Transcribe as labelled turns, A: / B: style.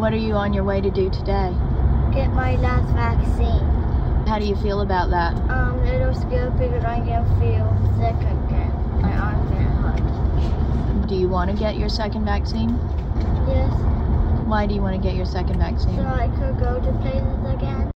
A: What are you on your way to do today?
B: Get my last vaccine.
A: How do you feel about that?
B: Um, it'll still be but I can feel sick again. My arms get hot.
A: Do you want to get your second vaccine?
B: Yes,
A: Why do you want to get your second vaccine?
B: so I could go to places again.